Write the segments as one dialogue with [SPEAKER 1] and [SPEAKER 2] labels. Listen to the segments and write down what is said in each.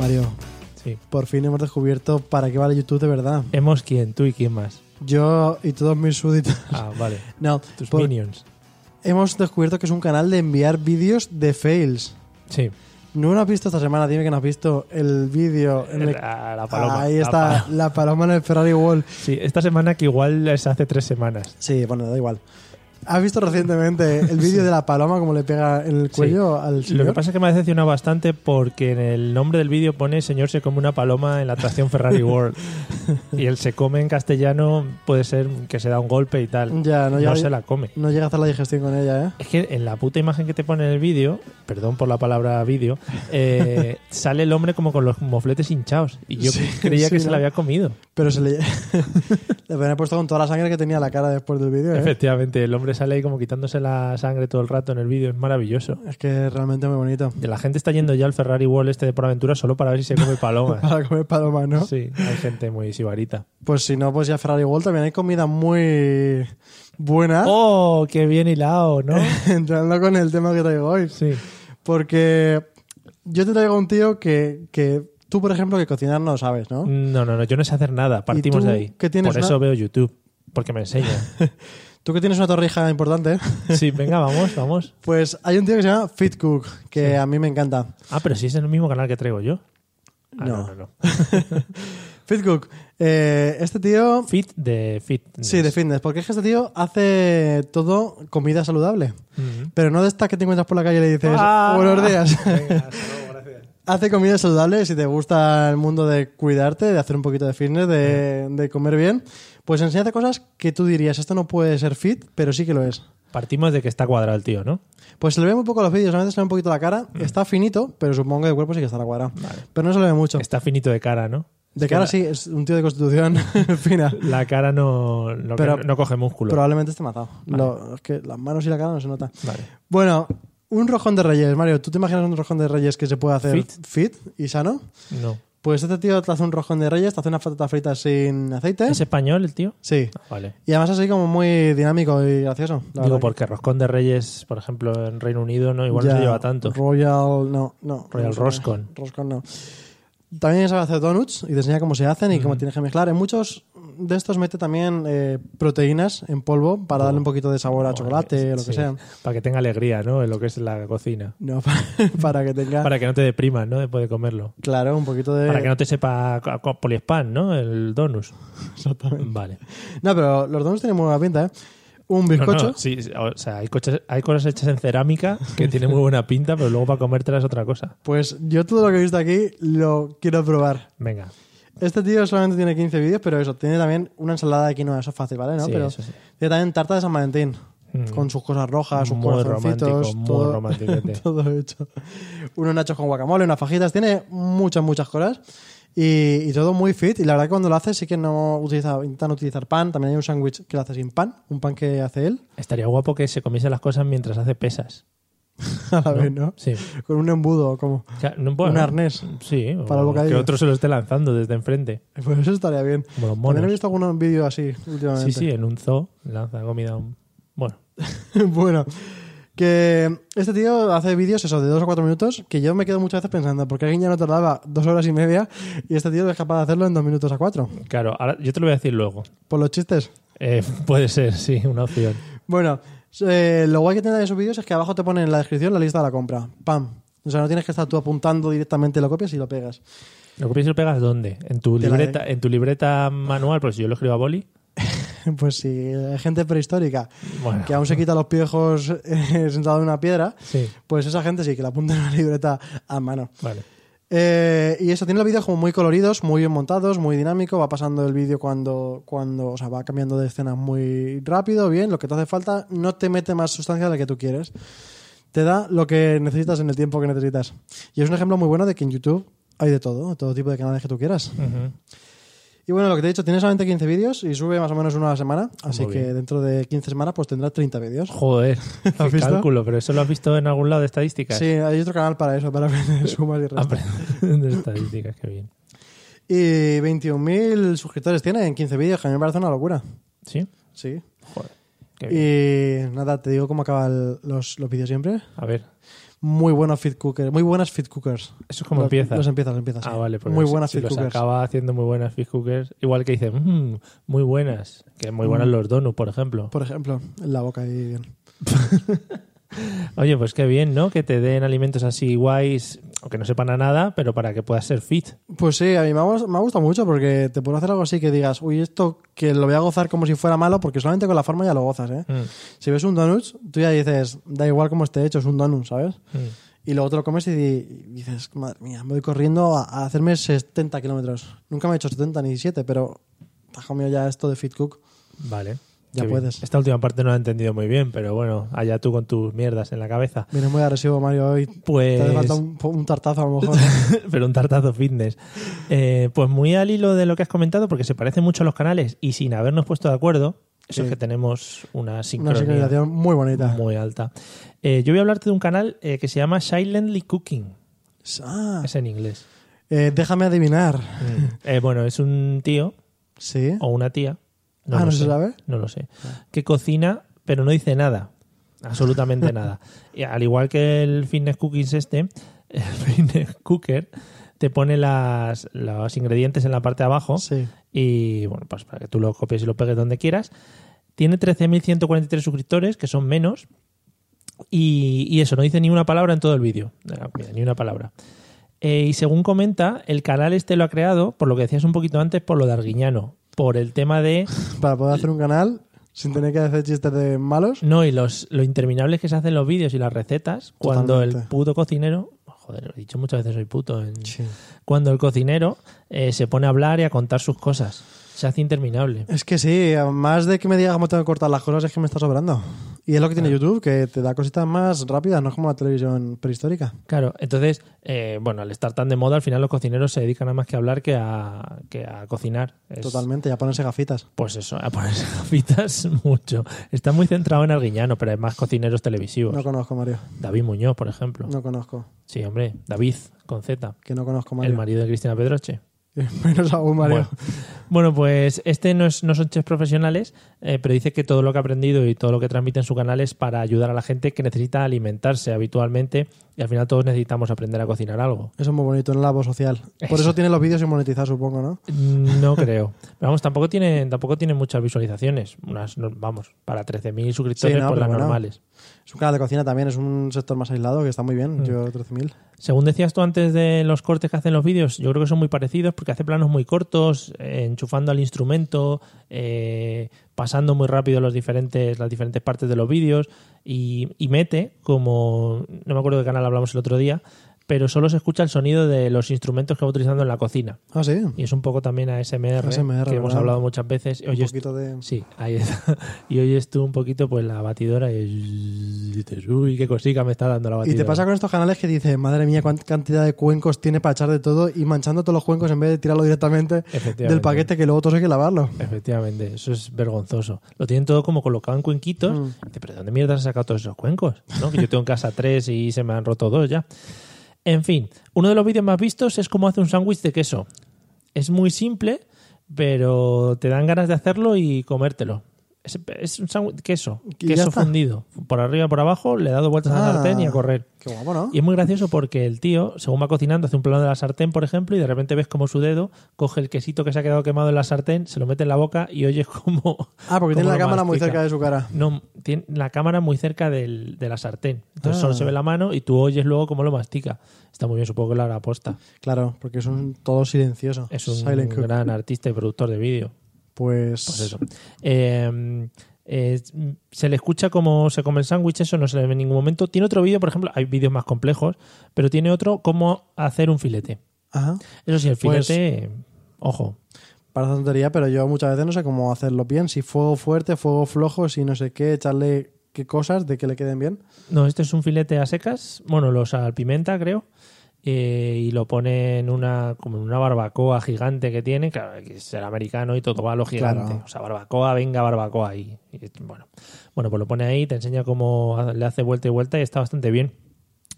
[SPEAKER 1] Mario,
[SPEAKER 2] Sí.
[SPEAKER 1] por fin hemos descubierto para qué vale YouTube de verdad.
[SPEAKER 2] Hemos quién, tú y quién más.
[SPEAKER 1] Yo y todos mis súbditos.
[SPEAKER 2] Ah, vale.
[SPEAKER 1] No,
[SPEAKER 2] Tus
[SPEAKER 1] por-
[SPEAKER 2] minions.
[SPEAKER 1] hemos descubierto que es un canal de enviar vídeos de fails.
[SPEAKER 2] Sí.
[SPEAKER 1] No lo has visto esta semana, dime que no has visto el vídeo. en el-
[SPEAKER 2] La, la paloma.
[SPEAKER 1] Ahí
[SPEAKER 2] la
[SPEAKER 1] está,
[SPEAKER 2] paloma.
[SPEAKER 1] la paloma en el Ferrari Wall.
[SPEAKER 2] Sí, esta semana que igual es hace tres semanas.
[SPEAKER 1] Sí, bueno, da igual. ¿Has visto recientemente el vídeo de la paloma como le pega en el cuello al señor?
[SPEAKER 2] Lo que pasa es que me ha decepcionado bastante porque en el nombre del vídeo pone señor se come una paloma en la atracción Ferrari World. y el se come en castellano puede ser que se da un golpe y tal.
[SPEAKER 1] Mm, Ya, no,
[SPEAKER 2] no
[SPEAKER 1] llega-
[SPEAKER 2] se la come.
[SPEAKER 1] no llega a hacer la digestión con ella, ¿eh?
[SPEAKER 2] Es que en la puta imagen que te pone en el vídeo, perdón por la palabra vídeo, eh, sale el hombre como con los mofletes hinchados. Y yo
[SPEAKER 1] Sí,
[SPEAKER 2] creía
[SPEAKER 1] sí,
[SPEAKER 2] que se
[SPEAKER 1] ¿no?
[SPEAKER 2] la había comido.
[SPEAKER 1] Pero se le... le habían puesto con toda la sangre que tenía la cara después del vídeo, ¿eh?
[SPEAKER 2] Efectivamente, el hombre sale ahí como quitándose la sangre todo el rato en el vídeo, es maravilloso.
[SPEAKER 1] Es que es realmente muy bonito.
[SPEAKER 2] De la gente está yendo ya al Ferrari World este de por aventura solo para ver si se come palomas.
[SPEAKER 1] Para comer paloma, ¿no?
[SPEAKER 2] Sí, hay gente muy sibarita.
[SPEAKER 1] Pues si no, pues ya Ferrari World también hay comida muy buena.
[SPEAKER 2] ¡Oh, qué bien hilado, ¿no?
[SPEAKER 1] Entrando con el tema que traigo hoy.
[SPEAKER 2] Sí,
[SPEAKER 1] Porque yo te traigo un tío que, que tú, por ejemplo, que cocinar no sabes, ¿no?
[SPEAKER 2] no, no, no, yo no sé hacer nada, partimos
[SPEAKER 1] tú
[SPEAKER 2] de ahí.
[SPEAKER 1] qué tienes,
[SPEAKER 2] por eso veo YouTube, porque me enseña.
[SPEAKER 1] Tú que tienes una torrija importante,
[SPEAKER 2] Sí, venga, vamos, vamos.
[SPEAKER 1] pues hay un tío que se llama Fitcook, que a mí me encanta.
[SPEAKER 2] Ah, pero sí es el mismo canal que traigo yo. Ah,
[SPEAKER 1] No.
[SPEAKER 2] no, no, no.
[SPEAKER 1] Fitcook, eh, este tío...
[SPEAKER 2] Fit de fit.
[SPEAKER 1] Sí, de fitness, porque es que este tío hace todo comida saludable. Pero no de estas que te encuentras por la calle y le dices,
[SPEAKER 2] Ah.
[SPEAKER 1] buenos días.
[SPEAKER 2] gracias.
[SPEAKER 1] Hace comida saludable, si te gusta el mundo de cuidarte, de hacer un poquito de fitness, de, de comer bien, pues enséñate cosas que tú dirías, esto no puede ser fit, pero sí que lo es.
[SPEAKER 2] Partimos de que está cuadrado el tío, ¿no?
[SPEAKER 1] Pues se le ve muy poco a los vídeos, a veces se le ve un poquito la cara,
[SPEAKER 2] Mm.
[SPEAKER 1] está finito, pero supongo que el cuerpo sí que estará cuadrado. Pero no se le ve mucho.
[SPEAKER 2] Está finito de cara, ¿no?
[SPEAKER 1] De cara sí, es un tío de constitución fina.
[SPEAKER 2] La cara no, no,
[SPEAKER 1] Pero-
[SPEAKER 2] no coge músculo.
[SPEAKER 1] Probablemente esté matado. Lo- es que las manos y la cara no se nota.
[SPEAKER 2] Vale.
[SPEAKER 1] Bueno, un rojón de reyes, Mario, ¿tú te imaginas un rojón de reyes que se puede hacer
[SPEAKER 2] Fit.
[SPEAKER 1] fit y sano?
[SPEAKER 2] No.
[SPEAKER 1] Pues este tío te hace un rojón de reyes, te hace unas patatas fritas sin aceite.
[SPEAKER 2] ¿Es español el tío?
[SPEAKER 1] Sí.
[SPEAKER 2] Ah, Vale.
[SPEAKER 1] Y además así como muy dinámico y gracioso. la
[SPEAKER 2] Digo,
[SPEAKER 1] verdad.
[SPEAKER 2] porque Roscón de Reyes, por ejemplo, en Reino Unido, no igual
[SPEAKER 1] Ya,
[SPEAKER 2] no se lleva tanto.
[SPEAKER 1] Royal, no, no.
[SPEAKER 2] Royal
[SPEAKER 1] no sé.
[SPEAKER 2] Roscon.
[SPEAKER 1] Roscon no. También sabe hacer donuts y te enseña cómo se hacen y cómo tienes que mezclar. En muchos de estos mete también eh, proteínas en polvo para darle un poquito de sabor a chocolate o lo
[SPEAKER 2] Oh. Sí,
[SPEAKER 1] que sea.
[SPEAKER 2] Para que tenga alegría, ¿no? En lo que es la cocina.
[SPEAKER 1] No, para, para que tenga,
[SPEAKER 2] Para que no te deprimas, ¿no? Después de comerlo.
[SPEAKER 1] claro, un poquito de...
[SPEAKER 2] Para que no te sepa a- a poliespan, ¿no? El donus. Exactamente. Vale.
[SPEAKER 1] No, pero los donuts tienen muy buena pinta, ¿eh? Un
[SPEAKER 2] No, no,
[SPEAKER 1] bizcocho.
[SPEAKER 2] sí, sí, o sea, hay, coches- hay cosas hechas en cerámica que tienen muy buena pinta, pero luego para comértela es otra cosa.
[SPEAKER 1] Pues yo todo lo que he visto aquí lo quiero probar.
[SPEAKER 2] Venga.
[SPEAKER 1] Este tío solamente tiene 15 vídeos, pero eso, tiene también una ensalada de quinoa, eso es fácil, ¿vale? ¿No?
[SPEAKER 2] Sí,
[SPEAKER 1] pero
[SPEAKER 2] eso sí.
[SPEAKER 1] tiene también tarta de San Valentín,
[SPEAKER 2] Mm.
[SPEAKER 1] con sus cosas rojas, sus
[SPEAKER 2] Muy
[SPEAKER 1] corazoncitos,
[SPEAKER 2] romántico, muy
[SPEAKER 1] todo,
[SPEAKER 2] romantiquete.
[SPEAKER 1] todo hecho. Unos nachos con guacamole, unas fajitas, tiene muchas, muchas cosas. Y, y todo muy fit, y la verdad que cuando lo hace sí que no utiliza, intentan utilizar pan, también hay un sándwich que lo hace sin pan, un pan que hace él,
[SPEAKER 2] Estaría guapo que se comiese las cosas mientras hace pesas.
[SPEAKER 1] a la vez, ¿no?
[SPEAKER 2] Sí.
[SPEAKER 1] Con un embudo, o como...
[SPEAKER 2] O sea, no- bueno,
[SPEAKER 1] Un arnés.
[SPEAKER 2] Sí, o
[SPEAKER 1] Para el bocadillo.
[SPEAKER 2] que otro se lo esté lanzando desde enfrente.
[SPEAKER 1] Pues eso estaría bien.
[SPEAKER 2] Como los
[SPEAKER 1] También he
[SPEAKER 2] monos.
[SPEAKER 1] visto algunos vídeos así últimamente.
[SPEAKER 2] Sí, sí, en un zoo lanza comida. a un- Bueno,
[SPEAKER 1] bueno, que este tío hace vídeos, eso, de dos o cuatro minutos, que yo me quedo muchas veces pensando, porque alguien ya no tardaba dos horas y media y este tío es capaz de hacerlo en dos minutos a cuatro,
[SPEAKER 2] claro, ahora yo te lo voy a decir luego.
[SPEAKER 1] por los chistes.
[SPEAKER 2] Eh, puede ser, sí, una opción.
[SPEAKER 1] Bueno, eh, lo guay que tiene de esos vídeos es que abajo te ponen en la descripción la lista de la compra. ¡Pam! O sea, no tienes que estar tú apuntando directamente, lo copias y lo pegas.
[SPEAKER 2] ¿Lo copias y lo pegas dónde? ¿En tu
[SPEAKER 1] Te la
[SPEAKER 2] libreta, en tu libreta manual? Pues si yo lo escribo a boli.
[SPEAKER 1] Pues sí, hay gente prehistórica
[SPEAKER 2] Bueno.
[SPEAKER 1] que aún se quita los piejos eh, sentado en una piedra,
[SPEAKER 2] Sí.
[SPEAKER 1] pues esa gente sí que la apunta en una libreta a mano.
[SPEAKER 2] Vale.
[SPEAKER 1] Eh, y eso, tiene los vídeos como muy coloridos, muy bien montados, muy dinámico, va pasando el vídeo cuando, cuando, o sea, va cambiando de escenas muy rápido, bien, lo que te hace falta, no te mete más sustancia de la que tú quieres. Te da lo que necesitas en el tiempo que necesitas. Y es un ejemplo muy bueno de que en YouTube hay de todo, todo tipo de canales que tú quieras. Y bueno, lo que te he dicho, tiene solamente 15 vídeos y sube más o menos uno a la semana, así
[SPEAKER 2] Muy
[SPEAKER 1] que
[SPEAKER 2] bien.
[SPEAKER 1] dentro de 15 semanas pues tendrá 30 vídeos.
[SPEAKER 2] Joder,
[SPEAKER 1] ¿Has
[SPEAKER 2] qué
[SPEAKER 1] visto?
[SPEAKER 2] cálculo, pero eso lo has visto en algún lado de estadísticas.
[SPEAKER 1] Sí, hay otro canal para eso, para aprender sumas y restas.
[SPEAKER 2] Aprende de estadísticas, qué bien.
[SPEAKER 1] Y 21.000 suscriptores tiene en 15 vídeos, que a mí me parece una locura.
[SPEAKER 2] ¿Sí?
[SPEAKER 1] Sí.
[SPEAKER 2] Joder, qué bien.
[SPEAKER 1] Y nada, te digo cómo acaban los, los vídeos siempre.
[SPEAKER 2] A ver,
[SPEAKER 1] Muy buenos feed cookers, muy buenas feed cookers.
[SPEAKER 2] eso es como
[SPEAKER 1] Los-
[SPEAKER 2] empieza.
[SPEAKER 1] Los empiezas, los empiezas.
[SPEAKER 2] Ah,
[SPEAKER 1] sí.
[SPEAKER 2] vale, porque
[SPEAKER 1] Muy
[SPEAKER 2] si-
[SPEAKER 1] buenas
[SPEAKER 2] si
[SPEAKER 1] feed
[SPEAKER 2] los
[SPEAKER 1] cookers.
[SPEAKER 2] acaba haciendo muy buenas fish cookers. Igual que dicen, "Mm, muy buenas. Que muy
[SPEAKER 1] Mm.
[SPEAKER 2] buenas los donuts, por ejemplo.
[SPEAKER 1] Por ejemplo, en la boca ahí bien.
[SPEAKER 2] Oye, pues qué bien, ¿no? Que te den alimentos así guays, aunque no sepan a nada, pero para que puedas ser fit.
[SPEAKER 1] Pues sí, a mí me ha, gust- me ha gustado mucho porque te puedo hacer algo así que digas, uy, esto que lo voy a gozar como si fuera malo, porque solamente con la forma ya lo gozas, ¿eh?
[SPEAKER 2] Mm,
[SPEAKER 1] Si ves un donut, tú ya dices, da igual cómo esté hecho, es un donut, ¿sabes?
[SPEAKER 2] mm.
[SPEAKER 1] Y luego te lo comes y, di- y dices, madre mía, me voy corriendo a, a hacerme 70 kilómetros. Nunca me he hecho 70 ni 7, pero, tajo mío, ya esto de Fit Cook.
[SPEAKER 2] Vale.
[SPEAKER 1] Ya
[SPEAKER 2] Qué bien.
[SPEAKER 1] puedes.
[SPEAKER 2] Esta última parte no la he entendido muy bien, pero bueno, allá tú con tus mierdas en la cabeza.
[SPEAKER 1] Viene muy agresivo Mario hoy.
[SPEAKER 2] Pues.
[SPEAKER 1] Te hace falta un, po- un tartazo a lo mejor.
[SPEAKER 2] pero un tartazo fitness. Eh, pues muy al hilo de lo que has comentado, porque se parecen mucho a los canales y sin habernos puesto de acuerdo,
[SPEAKER 1] Sí.
[SPEAKER 2] eso es que tenemos una
[SPEAKER 1] Una
[SPEAKER 2] sincronía
[SPEAKER 1] sincronización muy bonita.
[SPEAKER 2] muy alta. Eh, yo voy a hablarte de un canal eh, que se llama Silently Cooking,
[SPEAKER 1] Ah,
[SPEAKER 2] es en inglés.
[SPEAKER 1] eh, déjame adivinar.
[SPEAKER 2] Eh, bueno, es un tío
[SPEAKER 1] Sí.
[SPEAKER 2] o una tía.
[SPEAKER 1] Ah,
[SPEAKER 2] lo
[SPEAKER 1] ¿no se
[SPEAKER 2] sé,
[SPEAKER 1] sabe? Ah.
[SPEAKER 2] No lo sé. Que cocina, pero no dice nada. Absolutamente nada. Y al igual que el fitness cookies este, el fitness cooker te pone las, los ingredientes en la parte de abajo
[SPEAKER 1] Sí.
[SPEAKER 2] y bueno, pues para que tú lo copies y lo pegues donde quieras. Tiene 13.143 suscriptores, que son menos. Y, y eso, no dice ni una palabra en todo el vídeo. Ah, mira, ni una palabra. Eh, y según comenta, el canal este lo ha creado, por lo que decías un poquito antes, por lo de Arguiñano. Por el tema de.
[SPEAKER 1] Para poder hacer un canal sin tener que hacer chistes de malos.
[SPEAKER 2] No, y los, lo interminables que se hacen los vídeos y las recetas. Cuando el
[SPEAKER 1] Totalmente.
[SPEAKER 2] puto cocinero. Joder, he dicho muchas veces soy puto. en- Cuando el cocinero eh, se pone a hablar y a contar sus cosas. Se hace interminable.
[SPEAKER 1] Es que sí, más de que me digas cómo tengo que cortar las cosas, es que me está sobrando. Y es lo que tiene YouTube, que te da cositas más rápidas, no es como la televisión prehistórica.
[SPEAKER 2] Claro, entonces, eh, bueno, al estar tan de moda, al final los cocineros se dedican a más que a hablar que a, que a cocinar. Es-
[SPEAKER 1] Totalmente, ya ponerse gafitas.
[SPEAKER 2] Pues eso, a ponerse gafitas mucho. Está muy centrado en Arguiñano, pero hay más cocineros televisivos.
[SPEAKER 1] No conozco, Mario.
[SPEAKER 2] David Muñoz, por ejemplo.
[SPEAKER 1] No conozco.
[SPEAKER 2] Sí, hombre, David, con Z.
[SPEAKER 1] Que no conozco,
[SPEAKER 2] El
[SPEAKER 1] Mario.
[SPEAKER 2] marido de Cristina Pedroche.
[SPEAKER 1] Menos aún, Mario.
[SPEAKER 2] Bueno. Bueno, pues este no, es, no son chefs profesionales, eh, pero dice que todo lo que ha aprendido y todo lo que transmite en su canal es para ayudar a la gente que necesita alimentarse habitualmente y al final todos necesitamos aprender a cocinar algo.
[SPEAKER 1] Eso es muy bonito, en el labo social. Por eso tiene los vídeos sin monetizar, supongo, ¿no?
[SPEAKER 2] Mm, No creo. Pero vamos, tampoco tiene, tampoco tiene muchas visualizaciones. Unas, no- vamos, para 13.000 suscriptores,
[SPEAKER 1] Sí, no,
[SPEAKER 2] por
[SPEAKER 1] pero
[SPEAKER 2] las
[SPEAKER 1] bueno.
[SPEAKER 2] normales.
[SPEAKER 1] Es un canal de cocina también, es un sector más aislado que está muy bien.
[SPEAKER 2] Mm.
[SPEAKER 1] Yo 13.000.
[SPEAKER 2] Según decías tú antes de los cortes que hacen los vídeos, yo creo que son muy parecidos porque hace planos muy cortos, eh, enchufando al instrumento, eh, pasando muy rápido los diferentes, las diferentes partes de los vídeos y, y mete, como no me acuerdo de qué canal hablamos el otro día, pero solo se escucha el sonido de los instrumentos que va utilizando en la cocina.
[SPEAKER 1] Ah, sí.
[SPEAKER 2] Y es un poco también ASMR,
[SPEAKER 1] ASMR,
[SPEAKER 2] que hemos
[SPEAKER 1] ¿verdad?
[SPEAKER 2] hablado muchas veces.
[SPEAKER 1] un
[SPEAKER 2] Oye, esto-
[SPEAKER 1] poquito de...
[SPEAKER 2] Sí, ahí está. Y oyes tú un poquito pues la batidora y dices, uy, qué cosica me está dando la
[SPEAKER 1] Y
[SPEAKER 2] batidora.
[SPEAKER 1] te pasa con estos canales que dices, madre mía, cuánta cantidad de cuencos tiene para echar de todo y manchando todos los cuencos en vez de tirarlo directamente
[SPEAKER 2] Efectivamente.
[SPEAKER 1] del paquete que luego todos hay que lavarlo.
[SPEAKER 2] Efectivamente, eso es vergonzoso. Lo tienen todo como colocado en cuenquitos.
[SPEAKER 1] Mm.
[SPEAKER 2] Dice, pero ¿de dónde mierda has sacado todos esos cuencos? ¿No? Que yo tengo en casa tres y se me han roto dos ya. En fin, uno de los vídeos más vistos es cómo hace un sándwich de queso. Es muy simple, pero te dan ganas de hacerlo y comértelo. Es, es un sándwich de queso,
[SPEAKER 1] Y ya
[SPEAKER 2] queso
[SPEAKER 1] está.
[SPEAKER 2] fundido. Por arriba, por abajo, le he dado vueltas a la
[SPEAKER 1] Ah.
[SPEAKER 2] sartén y a correr.
[SPEAKER 1] Qué guapo, ¿no?
[SPEAKER 2] Y es muy gracioso porque el tío, según va cocinando, hace un plano de la sartén, por ejemplo, y de repente ves como su dedo coge el quesito que se ha quedado quemado en la sartén, se lo mete en la boca y oyes como.
[SPEAKER 1] Ah, porque tiene la cámara muy cerca de su cara.
[SPEAKER 2] No, tiene la cámara muy cerca del- de la sartén. Entonces
[SPEAKER 1] Ah.
[SPEAKER 2] solo se ve la mano y tú oyes luego cómo lo mastica. Está muy bien, supongo que lo hará aposta.
[SPEAKER 1] Claro, porque es un todo silencioso.
[SPEAKER 2] Es un
[SPEAKER 1] Silent cook.
[SPEAKER 2] gran artista y productor de vídeo.
[SPEAKER 1] Pues...
[SPEAKER 2] Pues eso. Eh, eh, se le escucha cómo se come el sándwich, eso no se le ve en ningún momento. Tiene otro vídeo, por ejemplo, hay vídeos más complejos, pero tiene otro cómo hacer un filete.
[SPEAKER 1] Ajá.
[SPEAKER 2] Eso sí, el
[SPEAKER 1] Pues-
[SPEAKER 2] filete, ojo.
[SPEAKER 1] Parece tontería, pero yo muchas veces no sé cómo hacerlo bien. Si fuego fuerte, fuego flojo, si no sé qué, echarle qué cosas de que le queden bien.
[SPEAKER 2] No, este es un filete a secas. Bueno, lo salpimenta, creo. eh, y lo pone en una, como en una barbacoa gigante que tiene. Claro, que será americano y todo va a lo gigante.
[SPEAKER 1] Claro.
[SPEAKER 2] O sea, barbacoa, venga, barbacoa ahí. Y, bueno. bueno, pues lo pone ahí, te enseña cómo ha- le hace vuelta y vuelta y está bastante bien.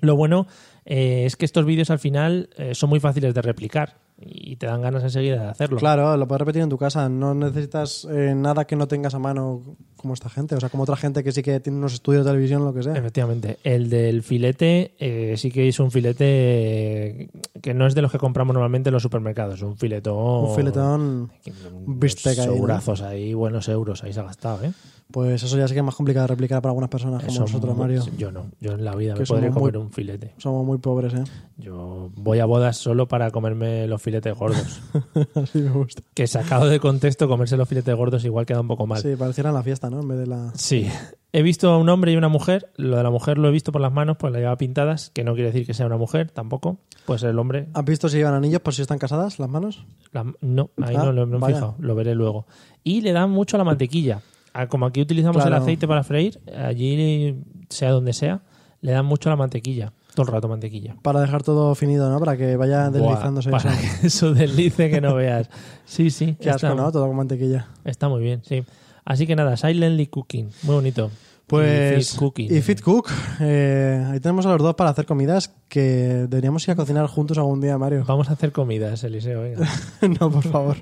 [SPEAKER 2] Lo bueno eh, es que estos vídeos al final eh, son muy fáciles de replicar y te dan ganas enseguida de hacerlo.
[SPEAKER 1] Claro, lo puedes repetir en tu casa. No necesitas eh, nada que no tengas a mano como esta gente. O sea, como otra gente que sí que tiene unos estudios de televisión, lo que sea.
[SPEAKER 2] Efectivamente. El del filete eh, sí que es un filete eh, que no es de los que compramos normalmente en los supermercados. Un filetón.
[SPEAKER 1] Un filetón,
[SPEAKER 2] Un
[SPEAKER 1] bistec ahí, ¿no?
[SPEAKER 2] Eurazos ahí, buenos euros, ahí se ha gastado, ¿eh?
[SPEAKER 1] pues eso ya sí que es más complicado de replicar para algunas personas como
[SPEAKER 2] Eso
[SPEAKER 1] nosotros,
[SPEAKER 2] mu-
[SPEAKER 1] Mario.
[SPEAKER 2] Yo no, yo en la vida
[SPEAKER 1] Que
[SPEAKER 2] me podría
[SPEAKER 1] somos muy-
[SPEAKER 2] comer un filete.
[SPEAKER 1] Somos muy pobres, ¿eh?
[SPEAKER 2] Yo voy a bodas solo para comerme los filetes gordos.
[SPEAKER 1] Así me gusta.
[SPEAKER 2] que sacado de contexto, comerse los filetes gordos igual queda un poco mal.
[SPEAKER 1] Sí, pareciera la fiesta, ¿no? En vez de la...
[SPEAKER 2] Sí. He visto a un hombre y una mujer. Lo de la mujer lo he visto por las manos, pues la lleva pintadas, que no quiere decir que sea una mujer tampoco. Puede ser el hombre,
[SPEAKER 1] ¿Has visto si llevan anillos por si están casadas las manos?
[SPEAKER 2] La- no, ahí
[SPEAKER 1] Ah,
[SPEAKER 2] no lo no me he
[SPEAKER 1] vaya.
[SPEAKER 2] fijado, lo veré luego. Y le dan mucho a la mantequilla. Ah, Como aquí utilizamos el
[SPEAKER 1] Claro.
[SPEAKER 2] aceite para freír, allí, sea donde sea, le dan mucho a la mantequilla. Todo el rato mantequilla.
[SPEAKER 1] Para dejar todo finido, ¿no? Para que vaya deslizándose
[SPEAKER 2] Buah, para
[SPEAKER 1] eso.
[SPEAKER 2] que eso deslice que no veas. Sí, sí,
[SPEAKER 1] Qué
[SPEAKER 2] está,
[SPEAKER 1] asco, ¿no? Todo con mantequilla.
[SPEAKER 2] está muy bien, sí. Así que nada, Silently Cooking, muy bonito.
[SPEAKER 1] Pues.
[SPEAKER 2] Y Fit Cooking.
[SPEAKER 1] Y Fit Cook. eh, ahí tenemos a los dos para hacer comidas que deberíamos ir a cocinar juntos algún día, Mario.
[SPEAKER 2] Vamos a hacer comidas, Eliseo, venga.
[SPEAKER 1] no, por favor.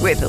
[SPEAKER 3] With the